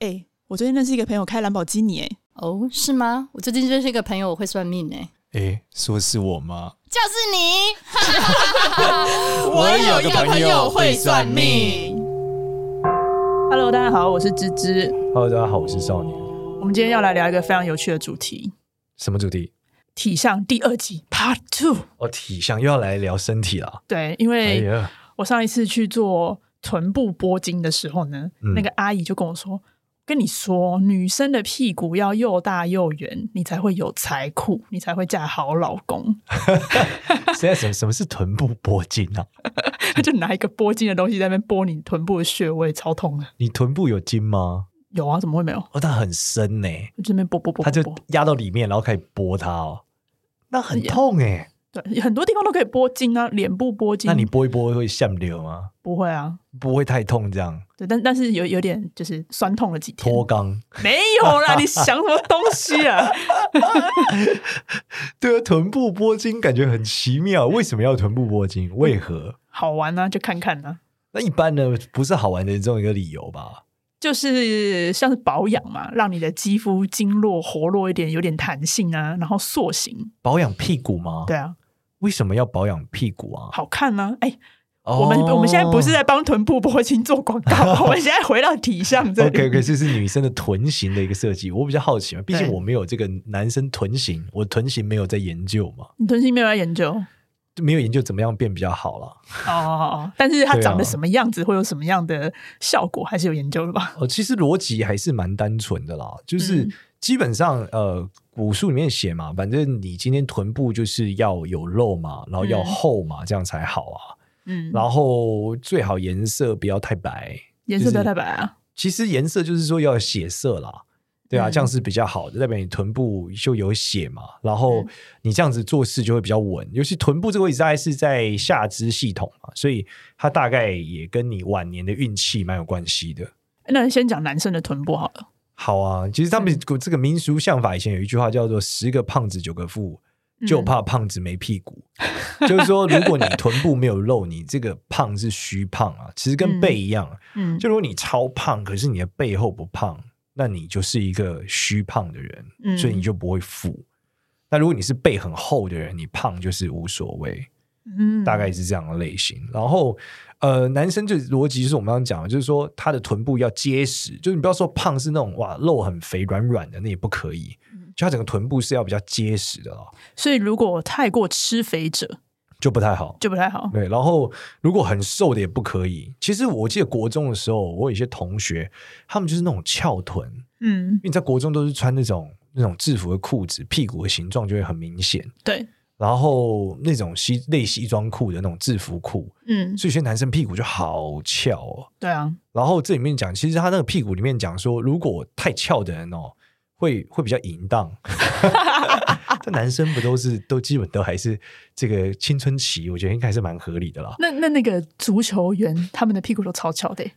哎、我最近认识一个朋友开兰博基尼、哎，哦，是吗？我最近认识一个朋友，我会算命哎、诶，说是我吗？就是你。我有个朋友会算命。 Hello，大家好，我是芝芝。 Hello，大家好，我是少年。我们今天要来聊一个非常有趣的主题什么主题？ ——体相第二集 Part Two。哦，体相又要来聊身体啦。对，因哎为呀，我上一次去做臀部拨筋的时候呢，嗯那个阿姨就跟我说：“跟你说，女生的屁股要又大又圆，你才会有财库，你才会嫁好老公。” 现在什么什么是臀部拨筋啊？她就拿一个拨筋的东西在那边拨你臀部的穴位，超痛的。你臀部有筋吗？有啊，怎么会没有？哦，它很深呢、就这边拨拨拨拨拨，它就压到里面，然后开始拨它哦，那很痛哎、对，很多地方都可以拨筋啊，脸部拨筋。那你拨一拨会像流吗？不会啊？不会太痛，这样对，但但是有有点就是酸痛了几天。脱肛。没有啦，你想什么东西啊？ 对啊，臀部拨筋感觉很奇妙，为什么要臀部拨筋？为何？好玩啊，就看看啊。那一般呢，不是好玩的这种一个理由吧？就是像是保养嘛，让你的肌肤经络活络一点，有点弹性啊，然后塑形，保养屁股吗？对，啊，为什么要保养屁股啊？好看啊。哎、哦我们我们现在 不是在帮臀部拨筋做广告，我们现在回到体相这里。 OK OK，这是女生的臀型的一个设计，我比较好奇嘛，毕竟对我没有这个男生臀型，我臀型没有在研究嘛，你臀型没有在研究就没有研究怎么样变比较好啦。哦哦 哦，但是它对啊长得什么样子，会有什么样的效果，还是有研究的吧？哦，其实逻辑还是蛮单纯的啦，就是嗯基本上呃，古书里面写嘛，反正你今天臀部就是要有肉嘛，然后要嗯厚嘛，这样才好啊，嗯，然后最好颜色不要太白，颜色就是的太白啊，其实颜色就是说要有血色啦，对啊，嗯这样是比较好的，代表你臀部就有血嘛，然后嗯你这样子做事就会比较稳。尤其臀部这个位置大概是在下肢系统嘛，所以它大概也跟你晚年的运气蛮有关系的。那先讲男生的臀部好了。好啊，其实他们这个民俗相法以前有一句话叫做“十个胖子九个富”，嗯就怕胖子没屁股。就是说，如果你臀部没有肉，你这个胖是虚胖啊，其实跟背一样啊。嗯，就如果你超胖，可是你的背后不胖，那你就是一个虚胖的人，嗯所以你就不会富。那如果你是背很厚的人，你胖就是无所谓，嗯大概是这样的类型。然后，呃，男生就逻辑就是我们刚刚讲的，就是说他的臀部要结实，就是你不要说胖是那种哇肉很肥软软的，那也不可以，嗯就他整个臀部是要比较结实的咯，所以如果太过吃肥者就不太好。就不太好。对，然后如果很瘦的也不可以。其实我记得国中的时候，我有一些同学，他们就是那种翘臀，嗯因，为你在国中都是穿那种那种制服的裤子，屁股的形状就会很明显。对，然后那种西类西装裤的那种制服裤，嗯，所以有些男生屁股就好翘哦。对啊，然后这里面讲，其实他那个屁股里面讲说，如果太翘的人哦，会会比较淫荡。 这男生不都是都基本都还是这个青春期，我觉得应该还是蛮合理的啦。那那那个足球员他们的屁股都超翘的欸，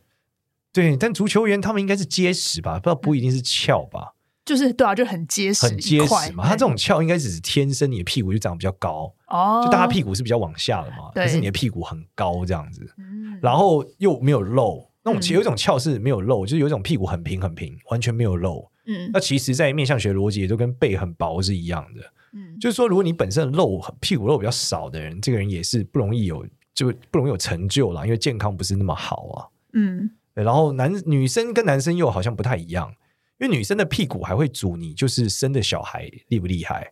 对，但足球员他们应该是结实吧，不知道不一定是翘吧，就是对啊，就很结实，很结一块实嘛。他这种翘应该只是天生你的屁股就长得比较高。哦，就大家屁股是比较往下的嘛，对可是你的屁股很高这样子，嗯，然后又没有肉。那我嗯其实有一种翘是没有肉，就是有一种屁股很平很平，完全没有肉。嗯那其实，在面相学逻辑也就跟背很薄是一样的，嗯，就是说，如果你本身的肉屁股肉比较少的人，这个人也是不容易有就不容易有成就啦，因为健康不是那么好啊。嗯对然后男女生跟男生又好像不太一样，因为女生的屁股还会主你就是生的小孩厉不厉害。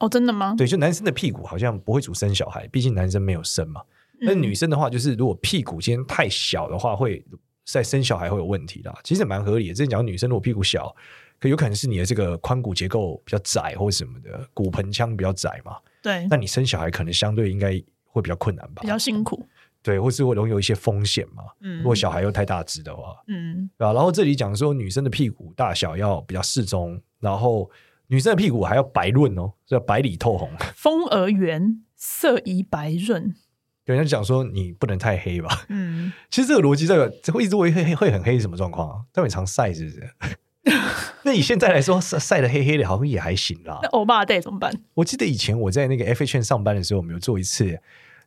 哦，真的吗？对，就男生的屁股好像不会主生小孩，毕竟男生没有生嘛。嗯，那女生的话，就是如果屁股今天太小的话，会在生小孩会有问题啦。其实也蛮合理的。之前讲女生如果屁股小，可有可能是你的这个髋骨结构比较窄或什么的，骨盆腔比较窄嘛，对那你生小孩可能相对应该会比较困难吧嗯比？较辛苦，对，或是会容易有一些风险嘛。嗯，如果小孩又太大只的话，嗯对吧、然后这里讲说女生的屁股大小要比较适中，然后女生的屁股还要白润哦，要白里透红。 风而圆，色宜白润，有人讲说你不能太黑吧？嗯，其实这个逻辑代表会一直会黑会很黑是什么状况啊？代表你常晒是不是？ 那以现在来说，晒晒的黑黑的，好像也还行啦那。欧巴 day 怎么办？我记得以前我在那个 F H N 上班的时候，我们有做一次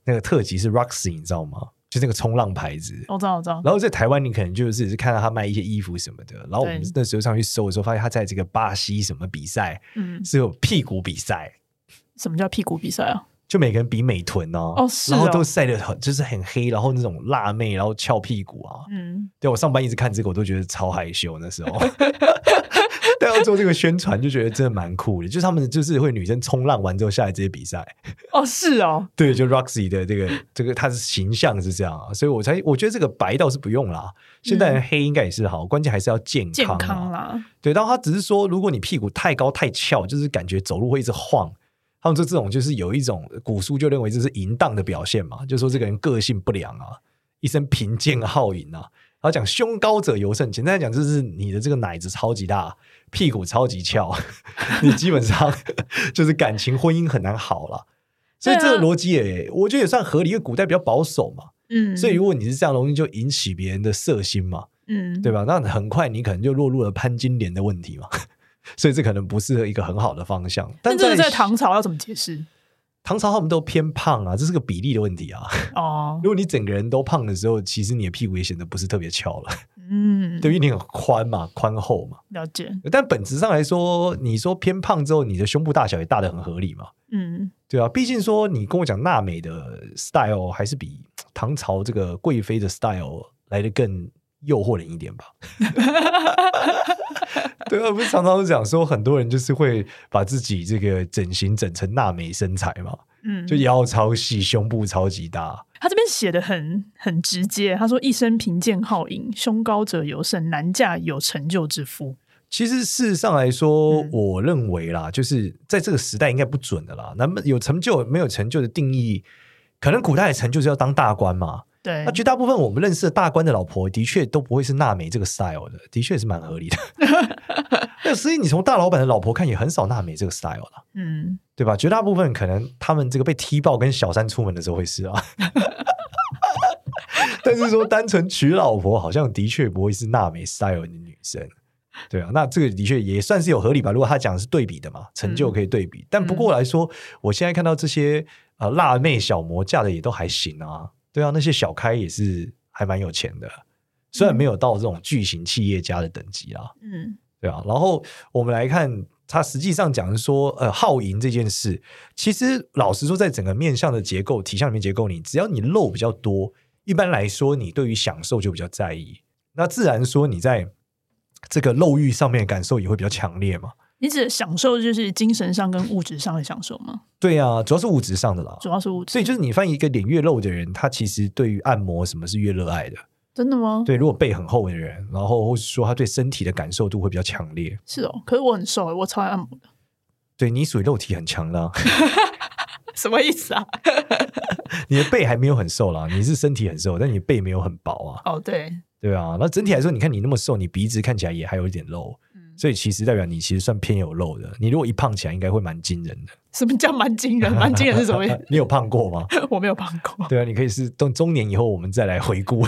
那个特辑是 Roxy，你知道吗？就那个冲浪牌子。我知道，我知道，然后在台湾，你可能就是只是看到他卖一些衣服什么的。然后我们对那时候上去搜的时候，发现他在这个巴西什么比赛嗯，是有屁股比赛，什么叫屁股比赛啊？就每个人比美臀哦，哦是然后哦都晒得很就是很黑，然后那种辣妹，然后翘屁股啊。嗯，对我上班一直看这个，我都觉得超害羞那 时候。但要做这个宣传，就觉得真的蛮酷的。就是他们就是会女生冲浪完之后下来这些比赛，哦，是哦，对，就 Roxy 的这个这个她的形象是这样啊，所以我才我觉得这个白倒是不用啦，现代人黑应该也是好，关键还是要健嗯健康啊。康啦，对，然后他只是说，如果你屁股太高太翘，就是感觉走路会一直晃。他们说这种就是有一种古书就认为这是淫荡的表现嘛，就说这个人个性不良啊，一身贫贱好淫啊。然后讲胸高者尤甚，简单来讲就是你的这个奶子超级大，屁股超级翘，你基本上就是感情婚姻很难好了。所以这对个啊逻辑也，我觉得也算合理，因为古代比较保守嘛，嗯，所以如果你是这样，容易就引起别人的色心嘛。嗯，对吧？那很快你可能就落入了潘金莲的问题嘛， 所以这可能不是一个很好的方向。但但这个在在唐朝要怎么解释？唐朝他们都偏胖啊，这是个比例的问题啊。 哦，如果你整个人都胖的时候，其实你的屁股也显得不是特别翘了， 嗯，对，因为你很宽嘛，宽厚嘛。了解，但本质上来说，你说偏胖之后，你的胸部大小也大的很合理嘛，嗯，对啊。毕竟说你跟我讲娜美的 style 还是比唐朝这个贵妃的 style 来的更诱惑人一点吧。 对啊，不是常常讲说很多人就是会把自己这个整形整成娜美身材嘛，嗯，就腰超细，胸部超级大。他这边写的很很直接，他说一生贫贱好淫，胸高者尤甚，难嫁有成就之夫。其实事实上来说，嗯我认为啦，就是在这个时代应该不准的啦。那么有成就没有成就的定义，可能古代的成就是要当大官嘛。对那，绝大部分我们认识的大官的老婆，的确都不会是娜美这个 style 的，的确也是蛮合理的。那所以你从大老板的老婆看，也很少娜美这个 style 啦。嗯，对吧？绝大部分可能他们这个被踢爆跟小三出门的时候会是啊， 但是说单纯娶老婆，好像的确不会是娜美 style 的女生。对啊，那这个的确也算是有合理吧。如果他讲的是对比的嘛，成就可以对比，但不过来说，我现在看到这些呃辣妹小模嫁的也都还行啊。对啊，那些小开也是还蛮有钱的，虽然没有到这种巨型企业家的等级啦。嗯，对啊，然后我们来看，它实际上讲的是说，呃，好赢这件事，其实老实说，在整个面向的结构、体向里面结构里，只要你漏比较多，一般来说，你对于享受就比较在意，那自然说你在这个漏欲上面的感受也会比较强烈嘛。你指的享受就是精神上跟物质上的享受吗？对啊，主要是物质上的啦。主要是物质，所以就是你发现一个脸越露的人，他其实对于按摩什么是越热爱的。真的吗？对，如果背很厚的人，然后或是说他对身体的感受度会比较强烈。是哦，可是我很瘦，我超爱按摩 的，对你属于肉体很强啦。什么意思啊？你的背还没有很瘦啦，你是身体很瘦，但你背没有很薄啊， 哦，对，对啊。那整体来说，你看你那么瘦，你鼻子看起来也还有一点肉，嗯，所以其实代表你其实算偏有肉的。你如果一胖起来，应该会蛮惊人的。什么叫蛮惊人？蛮惊人是什么 意思？你有胖过吗？我没有胖过， 对啊，你可以是等中年以后，我们再来回顾。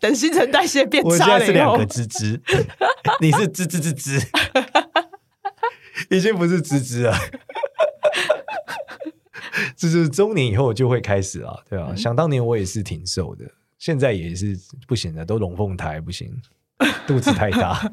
等新陈代谢变 我现差在了是以两后个，吱吱， 你是吱吱吱吱， 已经不是吱吱了。 就是中年以后就会开始啊，对啊，嗯想当年我也是挺瘦的，现在也是不行的，都龙凤胎不行，肚子太 大。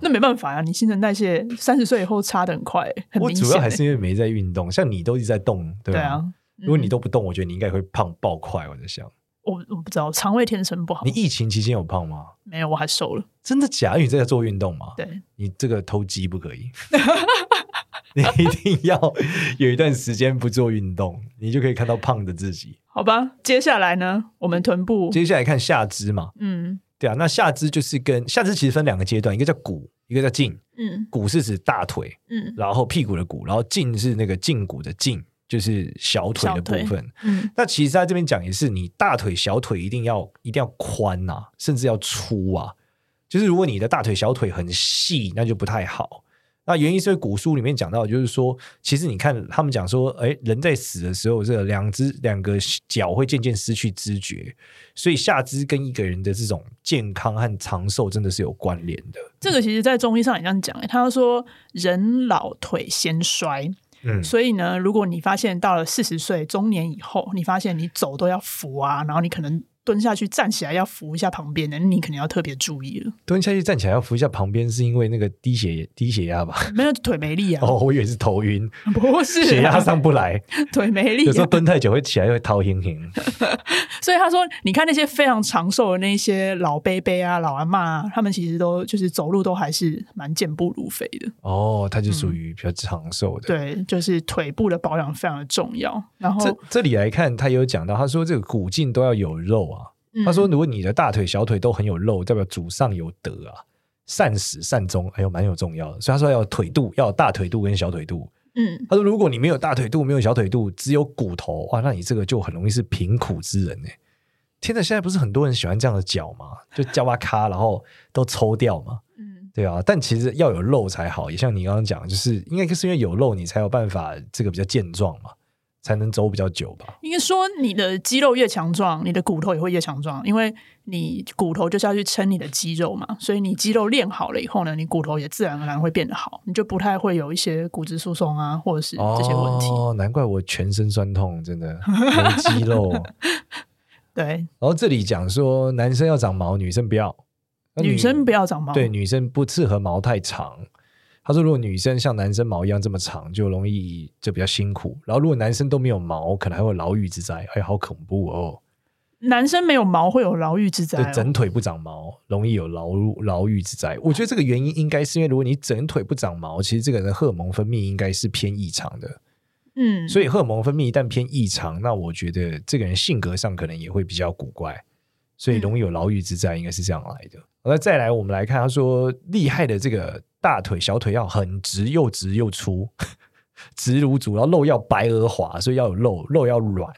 那没办法啊呀、你新陈代谢三十岁以后差的很快、很我明显、主要还欸是因为没在运动，像你都一直在动，对对吧、啊，如果你嗯、都不动，我觉得你应该会胖爆快。我在想，我我不知道，肠胃天生不好你，疫情期间有胖吗？没有我还瘦了，真的假的？因为你在做运动吗？对，你这个偷鸡不可以， 你一定要有一段时间不做运动，你就可以看到胖的自己。好吧，接下来呢，我们臀部，接下来看下肢嘛，嗯对啊，那下肢就是跟下肢其实分两个阶段，一个叫股，一个叫胫。嗯股是指大腿，嗯然后屁股的股，然后胫是那个胫骨的胫，就是小腿的部小分。嗯那其实在这边讲也是，你大腿、小腿一定要一定要宽呐、甚至要粗啊。就是如果你的大腿、小腿很细，那就不太好。那原因是因为古书里面讲到，就是说，其实你看他们讲说，哎，人在死的时候，这两只两个脚会渐渐失去知觉，所以下肢跟一个人的这种健康和长寿真的是有关联的。这个其实，在中医上也这样讲、欸，他说人老腿先衰，嗯，所以呢，如果你发现到了四十岁中年以后，你发现你走都要扶啊，然后你可能蹲下去站起来要扶一下旁边的，你可能要特别注意 了，蹲下去站起来要扶一下旁边，是因为那个低血低血压吧？ 没有腿没力啊，哦，我以为是头晕，不是啊血压 上不来，腿没力、 有时候啊。蹲太久会起来会头晕 晕。所以他说，你看那些非常长寿的那些老伯伯啊、老阿嬷啊，他们其实都就是走路都还是蛮健步如飞的。哦，它就属于比较长寿的。嗯对，就是腿部的保养非常的重要。然后这这里来看，他有讲到，他说这个骨胫都要有肉啊。嗯他说，如果你的大腿、小腿都很有肉，代表祖上有德啊，善始善终，哎呦，蛮有重要的。所以他说要有腿肚，要有大腿肚跟小腿肚。嗯，他说，如果你没有大腿肚，没有小腿肚，只有骨头，哇，那你这个就很容易是贫苦之人哎、天哪，现在不是很多人喜欢这样的脚吗？就叫哇咔，然后都抽掉嘛。嗯，对啊，但其实要有肉才好，也像你刚刚讲，就是应该是因为有肉，你才有办法这个比较健壮嘛，才能走比较久吧。应该说你的肌肉越强壮，你的骨头也会越强壮，因为你骨头就是要去撑你的肌肉嘛，所以你肌肉练好了以后呢，你骨头也自然而然会变得好，你就不太会有一些骨质疏松啊，或者是这些问题。哦，难怪我全身酸痛，真的没肌肉。对，然后这里讲说，男生要长毛，女生不要，那女生不要长毛，对女生不适合毛太长。他说，如果女生像男生毛一样这么长，就容易就比较辛苦。然后如果男生都没有毛，可能还会有牢狱之灾，哎，好恐怖哦！男生没有毛会有牢狱之灾、对，哦。整腿不长毛，容易有牢狱牢狱之灾。我觉得这个原因应该是因为，如果你整腿不长毛，其实这个人的荷尔蒙分泌应该是偏异常的。嗯，所以荷尔蒙分泌一旦偏异常，那我觉得这个人性格上可能也会比较古怪，所以容易有牢狱之灾，应该是这样来的。好那再来，我们来看，他说厉害的这个大腿、小腿要很直，又直又粗， 直如竹，然后肉要白而滑，所以要有肉，肉要软，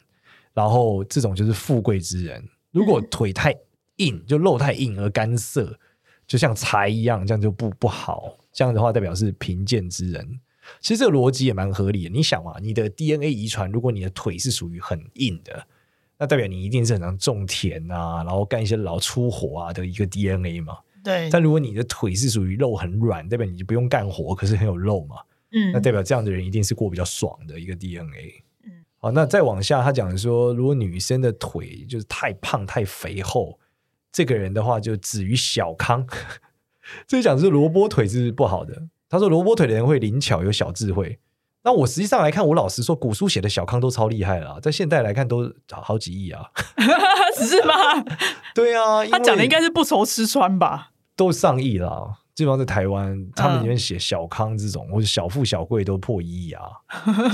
然后这种就是富贵之人。如果腿太硬，就肉太硬而干涩，就像柴一样，这样就不不好。这样的话，代表是贫贱之人。其实这个逻辑也蛮合理的。你想嘛，你的 DNA 遗传，如果你的腿是属于很硬的，那代表你一定是很常种田啊，然后干一些劳粗活啊的一个 DNA 嘛。对，但如果你的腿是属于肉很软，代表你就不用干活，可是很有肉嘛。嗯， 那代表这样的人一定是过比较爽的一个 DNA 嗯。好，那再往下，他讲说，如果女生的腿就是太胖、太肥厚，这个人的话就止于小康。 这里讲是萝卜腿是不好的。他说萝卜腿的人会灵巧，有小智慧。那我实际上来看，我老实说，古书写的小康都超厉害了啊、在现代来看都好好几亿啊。 是吗？对啊，他讲的应该。该是不愁吃穿吧？都上亿啦，基本上在台湾，他们里面写小康这种、或者小富小贵都破一亿啊，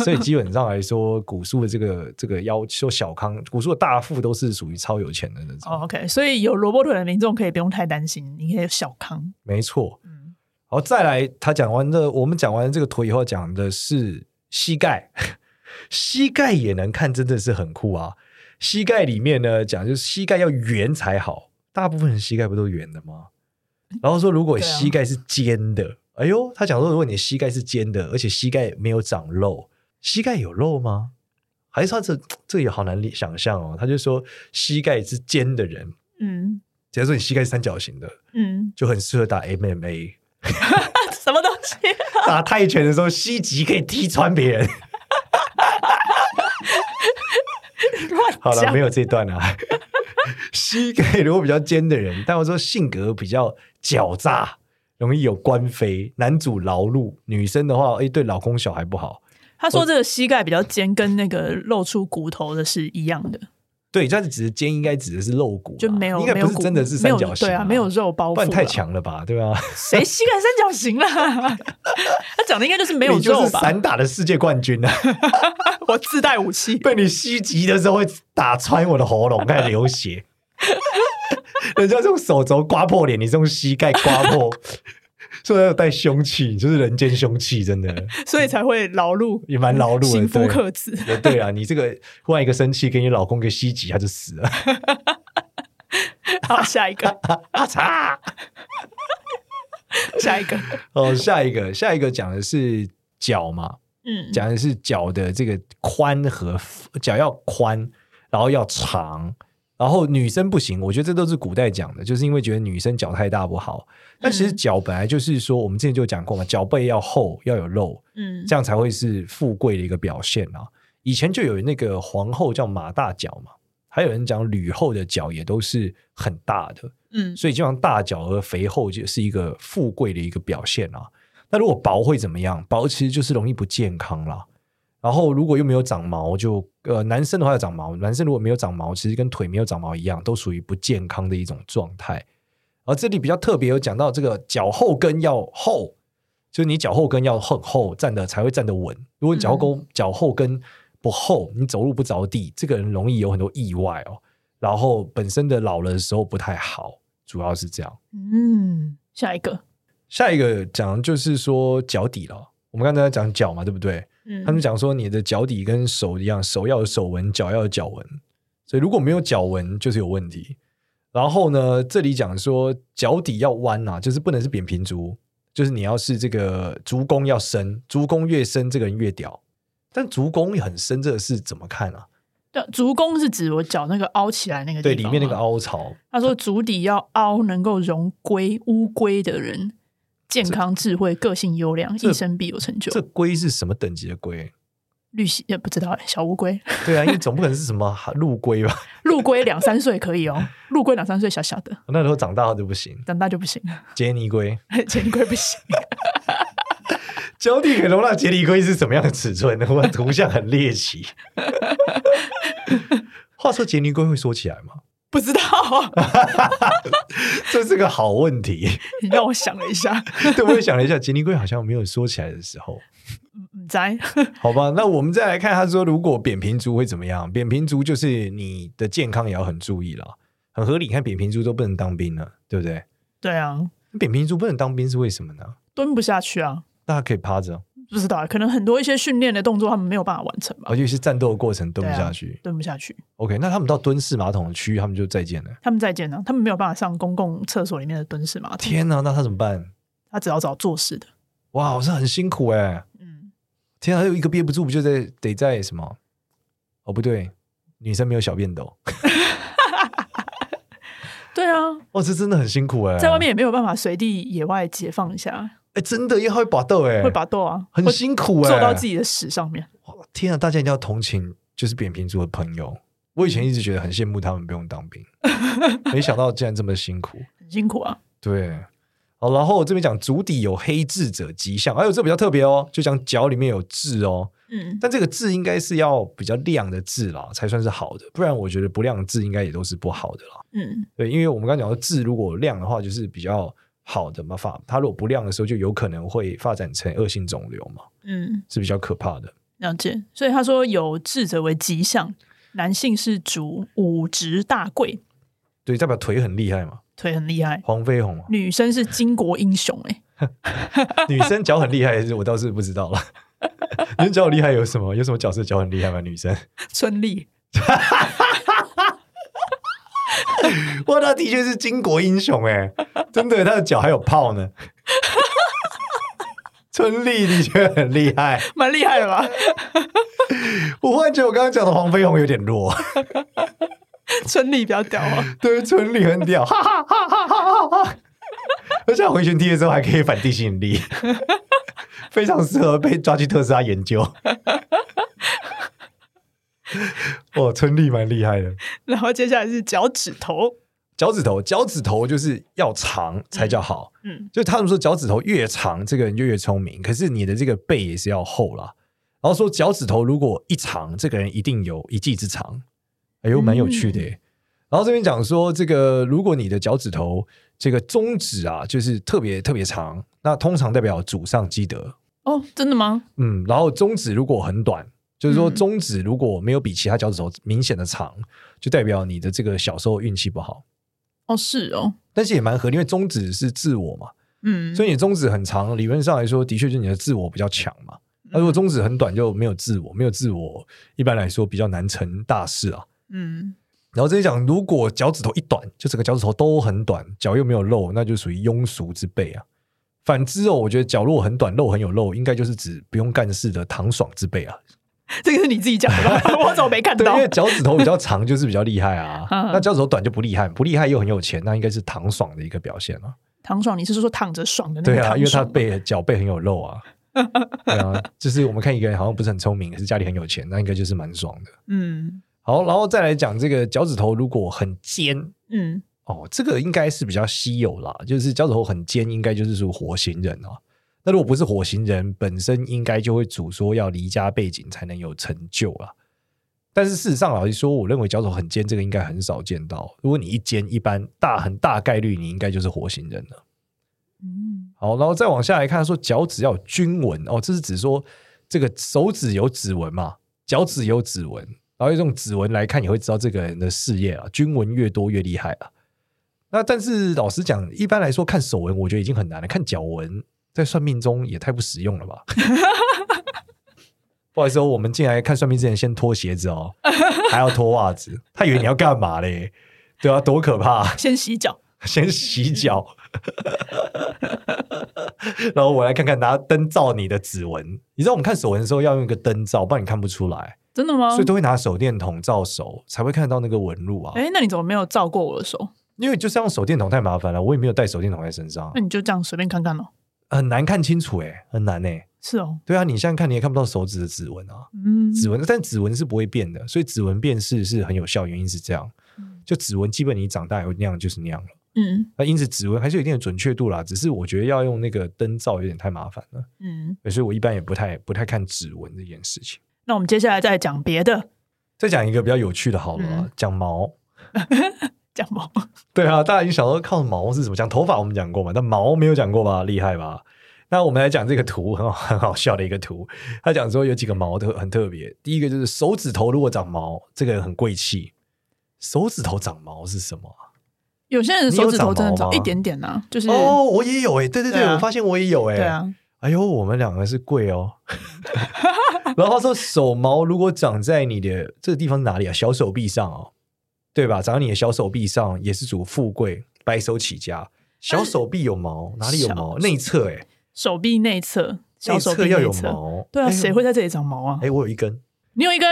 所以基本上来说，古树的这个这个要求小康，古树的大富都是属于超有钱的那种，哦、o k 所以有萝卜腿的民众可以不用太担心，你可以有小康。没错。嗯好，再来，他讲完的，我们讲完这个腿以后，讲的是膝盖， 膝盖也能看，真的是很酷啊。膝盖里面呢，讲就是膝盖要圆才好，大部分人膝盖不都圆的吗？然后说，如果对啊膝盖是尖的，哎呦，他讲说，如果你的膝盖是尖的，而且膝盖没有长肉，膝盖有肉吗？还是他这这也好难想象哦。他就说，膝盖是尖的人，嗯假如说你膝盖是三角形的，嗯， 就很适合打 MMA。什么东西？打泰拳的时候，膝击可以踢穿别人。乱好了，讲没有这段啊。膝盖如果比较尖的人，但我说性格比较狡诈，容易有官非，男主劳碌；女生的话，哎、对老公小孩不好。他说这个膝盖比较尖，跟那个露出骨头的是一样的，对，但是只是尖，应该指的是露骨啦，啊就没有应该没有不是骨，真的是没三有角形、对啊，没有，肉包不覆然太啦，强了吧，对吧、谁膝盖三角形啦？ 他讲的应该就是没有你就肉是吧？散打的世界冠军啊！ 我自带武器，被你袭击的时候会打穿我的喉咙，开始流血。 人家是用手肘刮破脸，你是用膝盖刮破， 所以要带凶器，你就是人间凶器，真的所以才会劳碌，也 蛮劳碌行的。夫对克子。也对啊，你这个忽然一个生气，给你老公给袭击，他就死了。 好，下一 个，啊嚓！ 下一个，哦，下一个，下一个讲的是脚嘛，嗯，讲的是脚的这个宽和脚要宽，然后要长，然后女生不行，我觉得这都是古代讲的，就是因为觉得女生脚太大不好。但其实脚本来就是说，我们之前就讲过嘛，脚背要厚，要有肉，嗯，这样才会是富贵的一个表现啊。以前就有那个皇后叫马大脚嘛，还有人讲吕后的脚也都是很大的，嗯所以基本上大脚和肥厚就是一个富贵的一个表现啊。那如果薄会怎么样？薄其实就是容易不健康啦。然后如果又没有长毛就，呃男生的话要长毛，男生如果没有长毛，其实跟腿没有长毛一样，都属于不健康的一种状态。而这里比较特别有讲到这个脚后跟要厚，就是你脚后跟要很厚，站的才会站得稳。如果你脚后跟、脚后跟不厚，你走路不着地，这个人容易有很多意外哦。然后本身的老了的时候不太好，主要是这样。嗯，下一个，下一个讲就是说脚底了，哦我们刚才在讲脚嘛，对不对？嗯，他们讲说你的脚底跟手一样，手要有手纹，脚要有脚纹，所以如果没有脚纹就是有问题。然后呢，这里讲说脚底要弯啊，就是不能是扁平足，就是你要是这个足弓要深，足弓越深这个人越屌。但足弓很深，这个是怎么看啊？对足弓是指我脚那个凹起来那个地对，方，里面那个。凹槽，他说足底要凹，能够容龟乌龟的人，健康、智慧、个性优良，这一生必有成就这。龟是什么等级的龟？绿蜥也不知道欸，小乌龟、对啊，因为总不可能是什么 陆龟吧？陆龟两三岁可以哦，陆龟两三岁小小的，那时候长大了就不行。长大就不行了， 杰尼龟，前一龟不行。脚底可容纳杰尼龟是什么样的尺寸呢？我的图像很猎奇。话说杰尼龟会缩起来吗？不知道，哦这是个好问题。你 让我想了一下，对，我也想了一下，杰尼龟好像没有缩起来的时候。嗯，在好吧，那我们再来看，他说如果扁平足会怎么样？扁平足就是你的健康也要很注意了，很合理。你看扁平足都不能当兵了，对不对？对啊，扁平足不能当兵是为什么呢？蹲不下去啊，大大家可以趴着，不知道欸，可能很多一些训练的动作他们没有办法完成吧，而且是战斗的过程蹲不对啊下去。蹲不下去。 OK，那他们到蹲式马桶的区域，他们就再见了。他们再见了，啊他们没有办法上公共厕所里面的蹲式马桶，天哪，那他怎么办？他只好找坐式的。哇，这很辛苦哎、嗯，天哪，啊有一个憋不住，不就在得在什么？哦，不对，女生没有小便斗。对啊，哦，这真的很辛苦哎、在外面也没有办法随地野外解放一下，哎、真的要会把斗哎，会拔豆啊，很会辛苦哎、坐到自己的屎上面。哇。天啊哪，大家一定要同情，就是扁平足的朋友。我以前一直觉得很羡慕他们不用当 兵，没想到竟然这么辛苦。很辛苦啊，对，好，然后我这边讲足底有黑痣者吉象，还有这比较特别哦，就讲脚里面有痣哦。嗯，但这个痣应该是要比较亮的痣啦，才算是好的，不然我觉得不亮的痣应该也都是不好的啦。嗯，对，因为我们刚刚讲到痣如果亮的话，就是比较好的嘛，发它如果不亮的时候，就有可能会发展成恶性肿瘤嘛，嗯，是比较可怕的。了解。所以他说有志者为吉象，男性是主五直大贵，对，代表腿很厉害嘛，腿很厉害；，黄飞鸿嘛女生是巾帼英雄、欸， 女生脚很厉害，我倒是不知道了。 女生脚很厉害有什么？有什么角色脚很厉害吗？女生？春丽。哇，他的确是巾帼英雄哎、真的，他的脚还有泡呢。 春丽的确很厉害，蛮厉害的 吧？我忽然觉得我刚刚讲的黄飞鸿有点弱，春丽比较屌啊！对，春丽很屌，哈哈哈哈哈哈哈。而且回旋踢的时候还可以反地心引力，非常适合被抓去特斯拉研究。哇，春丽哦蛮厉害的，然后接下来是脚趾头，脚趾头，脚趾头就是要长才叫好。嗯就他们说脚趾头越长，这个人就越聪明，可是你的这个背也是要厚啦。然后说脚趾头如果一长，这个人一定有一技之长。哎呦，蛮有趣的耶、然后这边讲说，这个如果你的脚趾头这个中指啊，就是特别特别长，那通常代表祖上积德。哦，真的吗？嗯，然后中指如果很短，就是说嗯中指如果没有比其他脚趾头明显的长，就代表你的这个小时候运气不好。哦，是哦，但是也蛮合理，因为中指是自我嘛，嗯，所以以你中指很长，理论上来说，的确就是你的自我比较强嘛。那如嗯果中指很短，就没有自我，没有自我，一般来说比较难成大事啊。嗯，然后这里讲，如果脚趾头一短，就整个脚趾头都很短，脚又没有肉，那就属于庸俗之辈啊。反之哦，我觉得脚如果很短，肉很有肉，应该就是指不用干事的唐爽之辈啊。这个是你自己讲的 吧？我怎么没看对，到因？为脚趾头比较长就是比较厉害啊， 嗯那脚趾头短就不厉害，不厉害又很有钱，那应该是唐爽的一个表现啊。唐爽，你是说躺着爽的那对个啊，唐因为他爽吗？背脚背很有肉啊。对啊，就是我们看一个人好像不是很聪明，可是家里很有钱，那应该就是蛮爽的。嗯好，然后再来讲这个脚趾头如果很尖嗯，哦，这个应该是比较稀有啦，就是脚趾头很尖，应该就是属火星人啊。那如果不是火星人，本身应该就会主说要离家背景才能有成就啦。但是事实上，老实说，我认为脚趾头很尖，这个应该很少见到。如果你一尖，一般大很大概率你应该就是火星人了。嗯好，然后再往下来看，说脚趾要有均纹哦，这是指说这个手指有指纹嘛，脚趾有指纹，然后用指纹来看，你会知道这个人的事业啊，均纹越多越厉害啊。那但是老实讲，一般来说看手纹，我觉得已经很难了，看脚纹在算命中也太不实用了吧。 不好意思、哦，我们进来看算命之前先脱鞋子哦，还要脱袜子，他以为你要干嘛嘞？对啊，多可怕、先洗脚。先洗脚，然后我来看看拿灯照你的指纹。你知道我们看手纹的时候要用一个灯照，不然你看不出来，真的吗所以？都会拿手电筒照手，才会看得到那个纹路啊。哎，那你怎么没有照过我的手？因为就是用手电筒太麻烦了，我也没有带手电筒在身上那，你就这样随便看看咯。很难看清楚、欸，很难哎、是哦，对啊，你现在看你也看不到手指的指纹啊，嗯，指纹，但指纹是不会变的，所以指纹辨识是很有效，原因是这样，就指纹基本你长大以后那样就是那样了。嗯那因此指纹还是有一定的准确度啦，只是我觉得要用那个灯罩有点太麻烦了，嗯。所以我一般也不太不太看指纹这件事情。那我们接下来再讲别的，再讲一个比较有趣的，好了啊嗯，讲、毛。讲毛。对啊，大家已经想说靠毛是什么？讲头发我们讲过嘛，但毛没有讲过吧？厉害吧？那我们来讲这个图，很好很好笑的一个图。他讲说有几个毛特很特别，第一个就是手指头如果长毛，这个人很贵气。手指头长毛是什么啊？ 有些人手指头真的你有长毛长吗一点点呐，就是哦，我也有哎、对对嗯对，对啊我发现我也有哎、对啊，哎呦，我们两个是贵哦。 然后他说手毛如果长在你的这个地方是哪里啊？小手臂上哦，对吧？长在你的小手臂上也是主富贵，白手起家。小手臂有毛，哪里有毛？内侧哎、手臂内侧，小内手臂侧要内有侧。毛。对啊，哎谁会在这里长毛啊哎、？我有一根，你有一根？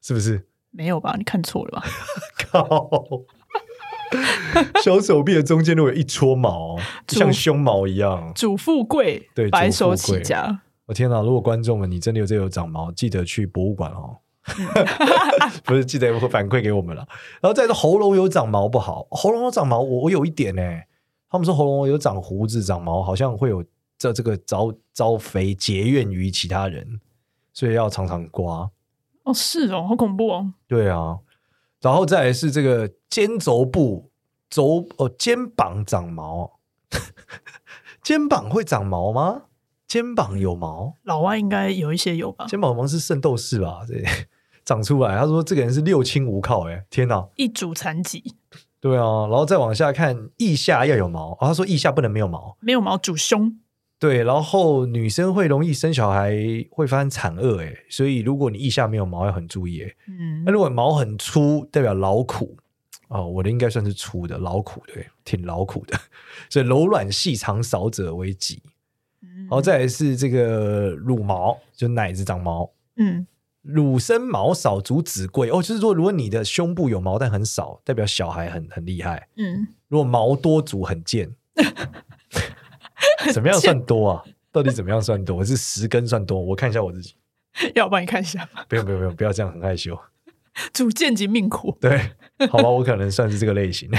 是不是？没有吧？你看错 了吧？ 靠！小手臂的中间如果有一撮毛，就像胸毛一样。主富贵，对主白手富贵起家，我、天哪！如果观众们你真的有这个有长毛，记得去博物馆哦。不是，记得会反馈给我们了。然后再说喉咙有长毛不好，喉咙有长毛，我我有一点呢、他们说喉咙有长胡子、长毛，好像会有这这个招招肥结怨于其他人，所以要常常刮。哦，是哦，好恐怖哦，对啊，然后再来是这个肩肘部肘哦肩膀长毛， 肩膀会长毛吗？肩膀有毛？老外应该有一些有吧？肩膀毛是圣斗士吧？这长出来，他说这个人是六亲无靠、欸，哎，天哪！一主残疾，对啊，然后再往下看，腋下要有毛、哦，他说腋下不能没有毛。没有毛主胸，对，然后女生会容易生小孩，会发生产恶，哎，所以如果你腋下没有毛，要很注意，哎。嗯那，如果毛很粗，代表劳苦哦，我的应该算是粗的，劳苦对，挺劳苦的，所以柔软细长少者为吉。嗯然后再来是这个乳毛，就奶子长毛，嗯，乳生毛少足子贵哦，就是说如果你的胸部有毛但很少，代表小孩很很厉害；嗯，如果毛多足很贱，怎么样算多啊？到底怎么样算多？我是十根算多？我看一下我自己， 要不然你看一 下吧，不用不用不用，不要这样，很害羞。主见及命苦，对，好吧，我可能算是这个类型。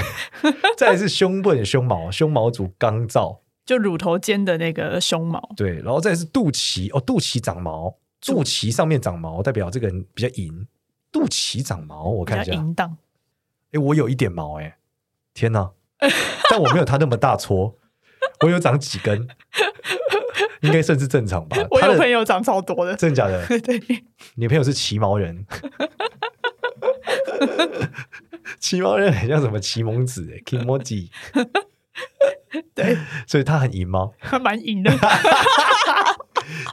再来是胸部的胸毛，胸毛组刚燥，就乳头尖的那个胸毛，对，然后再来是肚脐，哦，肚脐长毛，肚脐上面长毛，代表这个人比较淫。肚脐长毛，我比看较一下，淫荡，哎，我有一点毛，哎，天哪！但我没有他那么大撮，我有长几根，应该算是正常吧。我他有的朋友长超多的，真的假的？ 对，女朋友是骑毛人， 骑毛人很像什么骑蒙子哎 k i m o j i 对，所以他很淫吗？还蛮 淫的，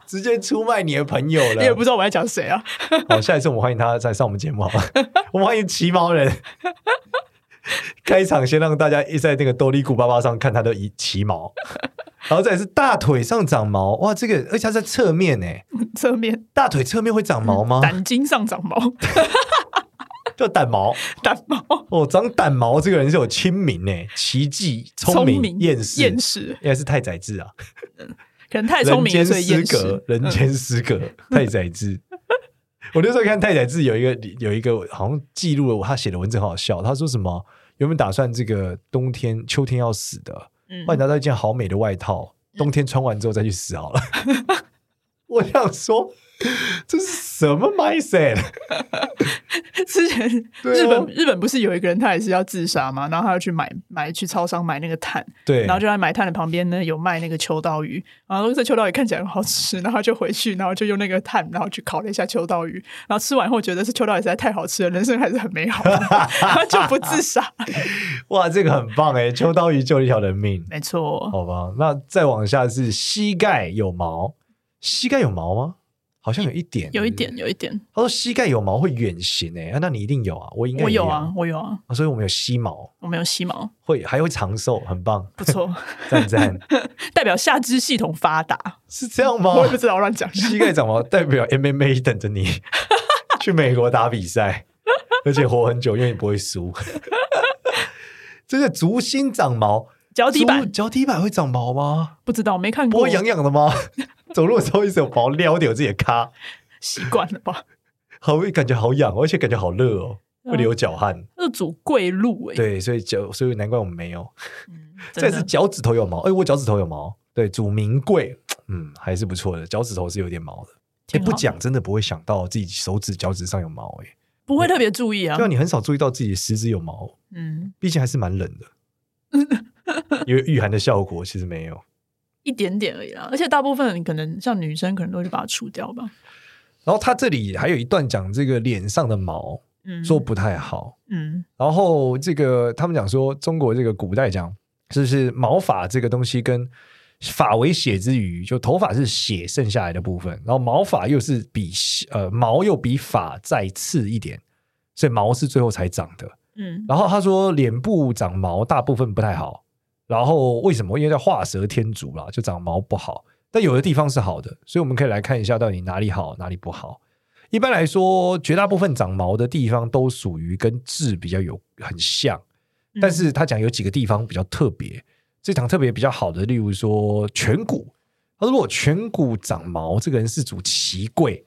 直接出卖你的朋友你也不了。知道我在讲谁啊， 好，下一次我们欢迎他再上我们节目好吗？我们欢迎骑毛人。 开场先让大家一在那个兜里鼓巴巴上看它的一起毛，然后再来是大腿上长毛，哇，这个而且它在侧面哎，侧面大腿侧面会长毛吗？胆经上长毛， 叫胆毛胆毛，哦，长胆毛这个人是有亲民哎，奇迹、聪明、明、厌世、厌世，应该是太宰治啊，可能太聪人明间所以失厌世嗯格，。人间 失格，太宰治。 我那时候看太宰治有一个有一个好像记录了我他写的文字很好笑，他说什么原本打算这个冬天秋天要死的，嗯帮你拿到一件好美的外套，冬天穿完之后再去死好了。 我想说，这是什么 mindset？ 之前对啊日本日本不是有一个人他也是要自杀嘛，然后他要去买买去超商买那个炭，对，然后就在买炭的旁边呢有卖那个秋刀鱼，然后这秋刀鱼看起来很好吃，然后他就回去，然后就用那个炭，然后去烤了一下秋刀鱼，然后吃完后觉得这秋刀鱼实在太好吃了，人生还是很美好， 然后就不自杀。哇，这个很棒哎，秋刀鱼救了一条人命，没错，好吧？那再往下是膝盖有毛，膝盖有毛吗？好像有一点，有一对不对点，。有一点，他说膝盖有毛会远行哎、啊那你一定有啊，我应该我也有啊，我有啊，啊所以我们有膝毛，我没有吸毛，会还会长寿，很棒，不错， 赞赞，代表下肢系统发达，是这样吗？我也不知道乱讲。膝盖长毛代表 MMA 等着你 去美国打比赛，而且活很久，因为你不会输。这个足心长毛，脚底足板脚底板会长毛吗？不知道，没看不过会，痒痒的吗？ 走路的时候一手毛撩掉自己的咖，习惯了吧？好感觉好痒，而且感觉好热哦，嗯会流脚汗。这组桂露哎，对，所以脚，所以难怪我们没有。嗯再真是的脚趾头有毛，哎、我脚趾头有毛。对，祖名贵，嗯，还是不错的，脚趾头是有点毛的。哎、挺好不讲真的不会想到自己手指、脚趾上有毛、哎。不会特别注意啊对。啊，你很少注意到自己的食指有毛，嗯，毕竟还是蛮冷的， 因为御寒的效果其实没有。一点点而已啦。而且大部分可能像女生，可能都是把它除掉吧。然后他这里还有一段讲这个脸上的毛嗯，说不太好，嗯然后这个他们讲说中国这个古代讲就是毛发这个东西跟发为血之余，就头发是血剩下来的部分，然后毛发又是比血呃毛又比发再次一点，所以毛是最后才长的。嗯，然后他说脸部长毛大部分不太好，然后为什么？因为叫画蛇添足啦，就长毛不好。但有的地方是好的，所以我们可以来看一下到底哪里好，哪里不好。一般来说，绝大部分长毛的地方都属于跟痣比较有很像，嗯但是他讲有几个地方比较特别，这场特别比较好的，例如说颧骨。他说如果颧骨长毛，这个人是主奇贵，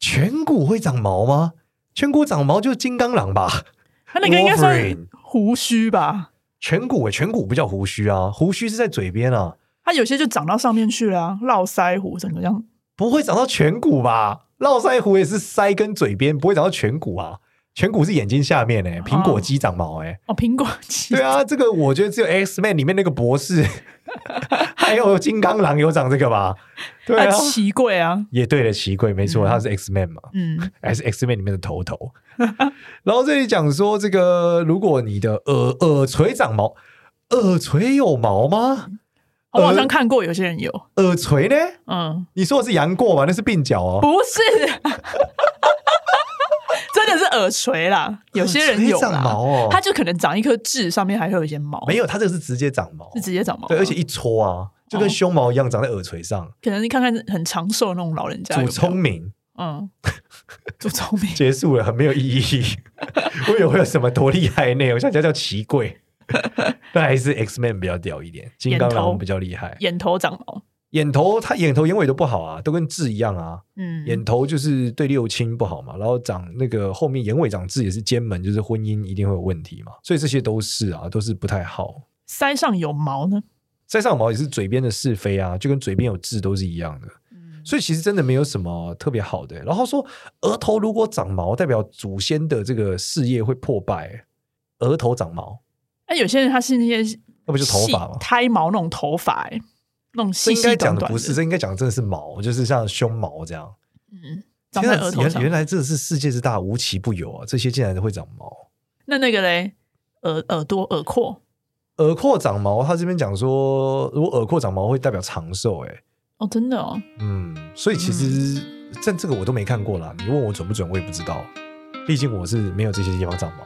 颧骨会长毛吗？颧骨长毛就是金刚狼吧？他那个应该算 Wolverine 胡须吧？颧骨诶，欸颧骨不叫胡须啊，胡须是在嘴边啊，它有些就长到上面去了、啊，络腮胡整个这样。不会长到颧骨吧？络腮胡也是腮跟嘴边，不会长到颧骨啊。颧骨是眼睛下面诶，苹果肌长毛诶。欸哦，苹果肌对，啊，这个我觉得只有 X Man 里面那个博士， 还有金刚狼有长这个吧？对它啊，哎奇怪啊。也对了，奇怪，没错，他是 X Man 嘛。嗯，还是 X Men 里面的头头。 然后这里讲说，这个如果你的耳耳垂长毛，耳垂有毛吗？哦我好像呃看过有些人有，耳垂呢？嗯，你说的是杨过吗？那是鬓角哦。不是，真的是耳垂啦，有些人有耳垂长啦毛，哦，它就可能长一颗痣，上面还会有一些毛，没有，它这个是直接长毛，是直接长毛吗，对，而且一搓啊，就跟哦胸毛一样长在耳垂上。可能你看看很长寿的那种老人家有没主有，聪明 嗯，主聪明，结束了，很没 有意义。我以为会有什么多厉害的内容，像叫叫奇贵，但还是 X Man 比较屌一点，金刚眼头狼比较厉害。眼头长毛，眼头他眼头眼尾都不好啊，都跟痣一样啊。嗯，眼头就是对六亲不好嘛，然后长那个后面眼尾长痣也是尖门，就是婚姻一定会有问题嘛，所以这些都是啊，都是不太好。腮上有毛呢，腮上有毛也是嘴边的是非啊，就跟嘴边有痣都是一样的，嗯所以其实真的没有什么特别好的、然后说额头如果长毛，代表祖先的这个事业会破败、额头长毛，那有些人他是那些那不就头发细吗？胎毛那种头发、欸，那种这细应细该短讲短的不是，这应该讲的真的是毛，就是像胸毛这样。嗯，长天啊在额头原上。原来这是世界之大，无奇不有啊！这些竟然会长毛。那那个嘞，耳耳朵、耳廓，耳廓长毛，他这边讲说，如果耳廓长毛会代表长寿、欸，哦，真的哦，嗯，所以其实但这个我都没看过啦，你问我准不准，我也不知道，毕竟我是没有这些地方长毛。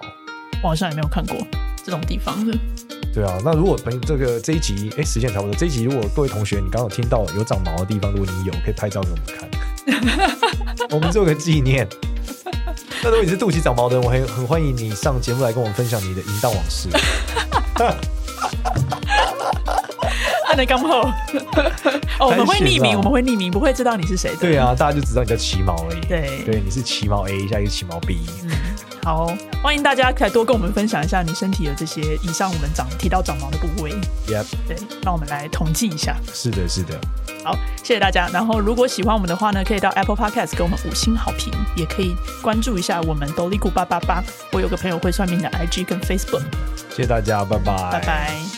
我好像也没有看过，这种地方的。 对啊，那如果本这个这一集，哎，时间差不多，这一集如果各位同学你刚好听到有长毛的地方，如果你有，可以拍照给我们看， 我们做个纪念。那如果你是肚脐长毛的人，我很很欢迎你上节目来跟我们分享你的淫荡往 事。按的啊刚好，哦，我们会匿还行名，吧我们会匿名，不会知道你是谁的。对啊，大家就知道你叫奇毛而已。对对，嗯你是奇毛 A，下一个奇毛 B。好，欢迎大家来多跟我们分享一下你身体的这些以上我们长提到长毛的部位， Yep，对，让我们来统计一下。是的，是的。好，谢谢大家。然后如果喜欢我们的话呢，可以到 Apple Podcast 给我们五星好评，也可以关注一下我们斗笠谷八八八。我有个朋友会算命的 IG 跟 Facebook，谢谢大家，拜拜，拜拜。